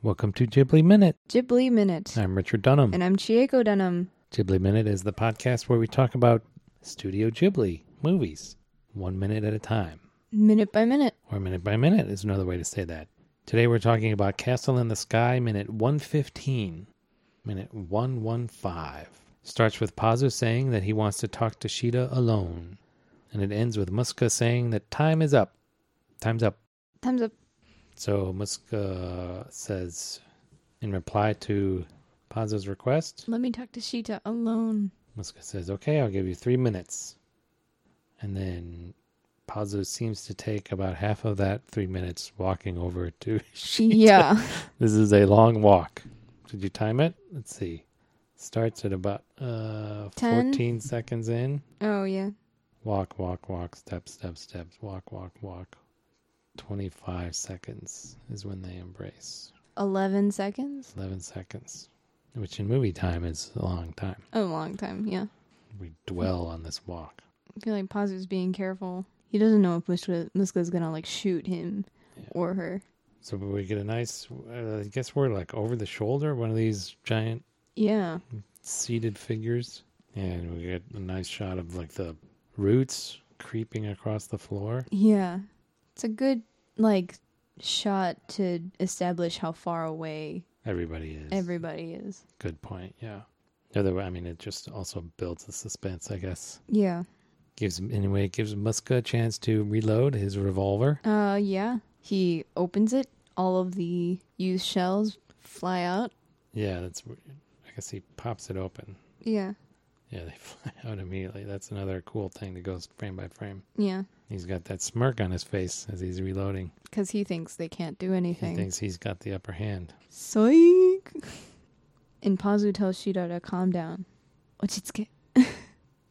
Welcome to Ghibli Minute. Ghibli Minute. I'm Richard Dunham. And I'm Chieko Dunham. Ghibli Minute is the podcast where we talk about Studio Ghibli movies, one minute at a time, Minute by minute. or minute by minute is another way to say that. Today we're talking about Castle in the Sky, minute 115, minute 115. Starts with Pazu saying that he wants to talk to Shida alone, and it ends with Muska saying that time is up. Time's up. Time's up. So Muska says, in reply to Pazu's request, Let me talk to Shita alone. Muska says, okay, I'll give you three minutes. And then Pazu seems to take about half of that three minutes walking over to. Yeah. This is a long walk. Did you time it? Let's see. Starts at about uh, Ten? 14 seconds in. Oh, yeah. Walk, walk, walk, step, step, steps, walk, walk, walk. 25 seconds is when they embrace. 11 seconds? 11 seconds, which in movie time is a long time. Oh, A long time, yeah. We dwell on this walk. I feel like Pazu's being careful. He doesn't know if Muska, Muska's gonna, like, shoot him or her. So we get a nice, uh, I guess we're like over the shoulder, one of these giant Yeah. seated figures. And we get a nice shot of like the roots creeping across the floor. Yeah. It's a good, like, shot to establish how far away Everybody is. everybody is. Good point. Yeah. The other way, I mean, it just also builds the suspense, I guess. Yeah. Gives anyway, it gives Muska a chance to reload his revolver. Uh, yeah. He opens it. All of the used shells fly out. Yeah, that's. weird. I guess he pops it open. Yeah. Yeah, they fly out immediately. That's another cool thing that goes frame by frame. Yeah. He's got that smirk on his face as he's reloading. Because he thinks they can't do He anything. thinks he's got the upper hand. Psych! And Pazu tells Shida to calm down. Ochitsuke,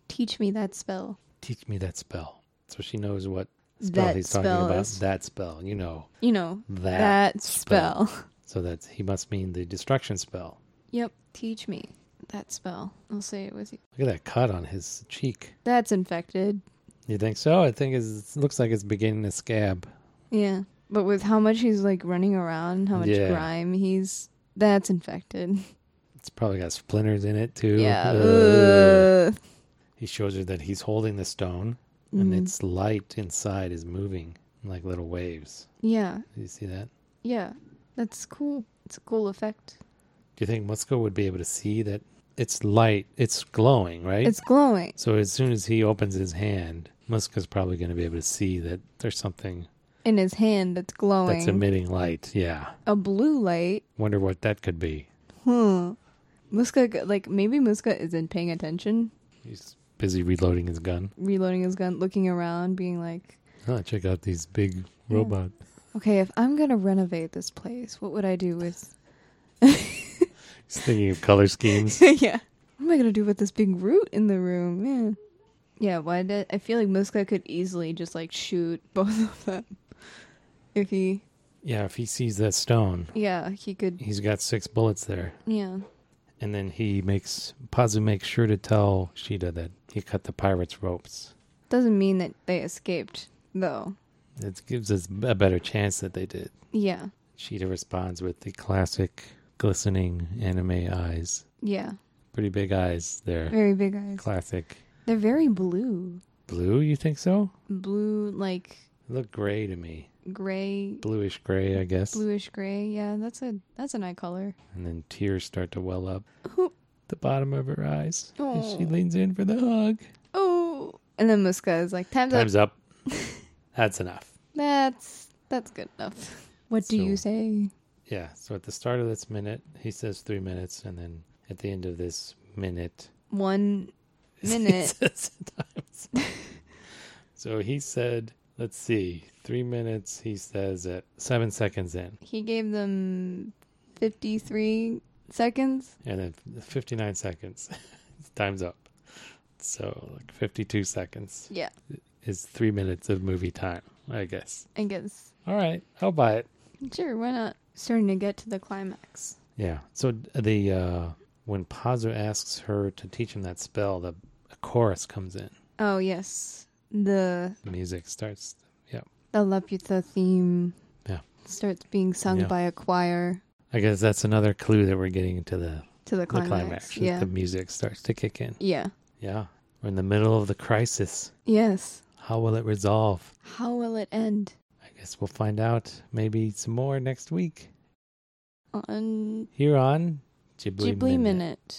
teach me that spell. Teach me that spell. So she knows what spell That he's talking spell about. is- That spell, you know. You know, That. that, spell. So that's he must mean the destruction spell. yep, teach me that spell. I'll say it with you. Look at that cut on his cheek. That's infected. You think so? I think it's, it looks like it's beginning to scab. Yeah. But with how much he's like running around, how much Yeah. grime he's. That's infected. It's probably got splinters in it too. Yeah. Ugh. Ugh. He shows her that he's holding the stone and Mm-hmm. its light inside is moving like little waves. Yeah. Do you see that? Yeah. That's cool. It's a cool effect. Do you think Musko would be able to see that it's light, it's glowing, right? It's glowing. so as soon as he opens his hand, Musko's probably going to be able to see that there's something in his hand that's glowing. that's emitting light. Yeah. a blue light. Wonder what that could be. Huh. Muska, g- like, maybe Muska isn't paying attention, He's busy reloading his gun. reloading his gun, looking around, being like, Oh, check out these big robot. okay, if I'm going to renovate this place, what would I do with. He's thinking of color schemes. yeah. What am I going to do with this big root in the room? Man. Yeah, why did. I feel like Muska could easily just, like, shoot both of them. If he. yeah, if he sees that stone, Yeah, he could. he's got six bullets there. Yeah. And then he makes Pazu makes sure to tell Shida that he cut the pirates' ropes. Doesn't mean that they escaped, though. It gives us a better chance that they did. Yeah. Shida responds with the classic glistening anime eyes. Yeah. Pretty big eyes there. Very big eyes. Classic. They're very blue. Blue, you think so? Blue, like Look gray to me. gray, Bluish gray, I guess. bluish gray. Yeah, that's a that's an eye color. And then tears start to well up. Oh. The bottom of her eyes. As she Oh. leans in for the hug. Oh, and then Muska is like, time's, Time's up. up. That's enough. That's that's good enough. What do So- you say? Yeah. So at the start of this minute, he says three minutes, and then at the end of this minute, One he Minute. says times. so he said, let's see, three minutes. He says at seven seconds in, he gave them fifty three seconds. and then fifty-nine seconds. time's up. So like fifty-two seconds Yeah, is three minutes of movie time, I guess. I guess. All right, I'll buy it. Sure, why not? Starting to get to the climax. Yeah. So d- the uh when Pazu asks her to teach him that spell, the a chorus comes in. Oh yes, the The music starts. Yeah. the Laputa theme. Yeah. Starts being sung Yeah. by a choir. I guess that's another clue that we're getting into the, to the the climax. climax. that Yeah. The music starts to kick in. yeah. Yeah. We're in the middle of the crisis. Yes. How will it resolve? How will it end? I guess we'll find out maybe some more next week On here on Ghibli, Minute. Ghibli Minute.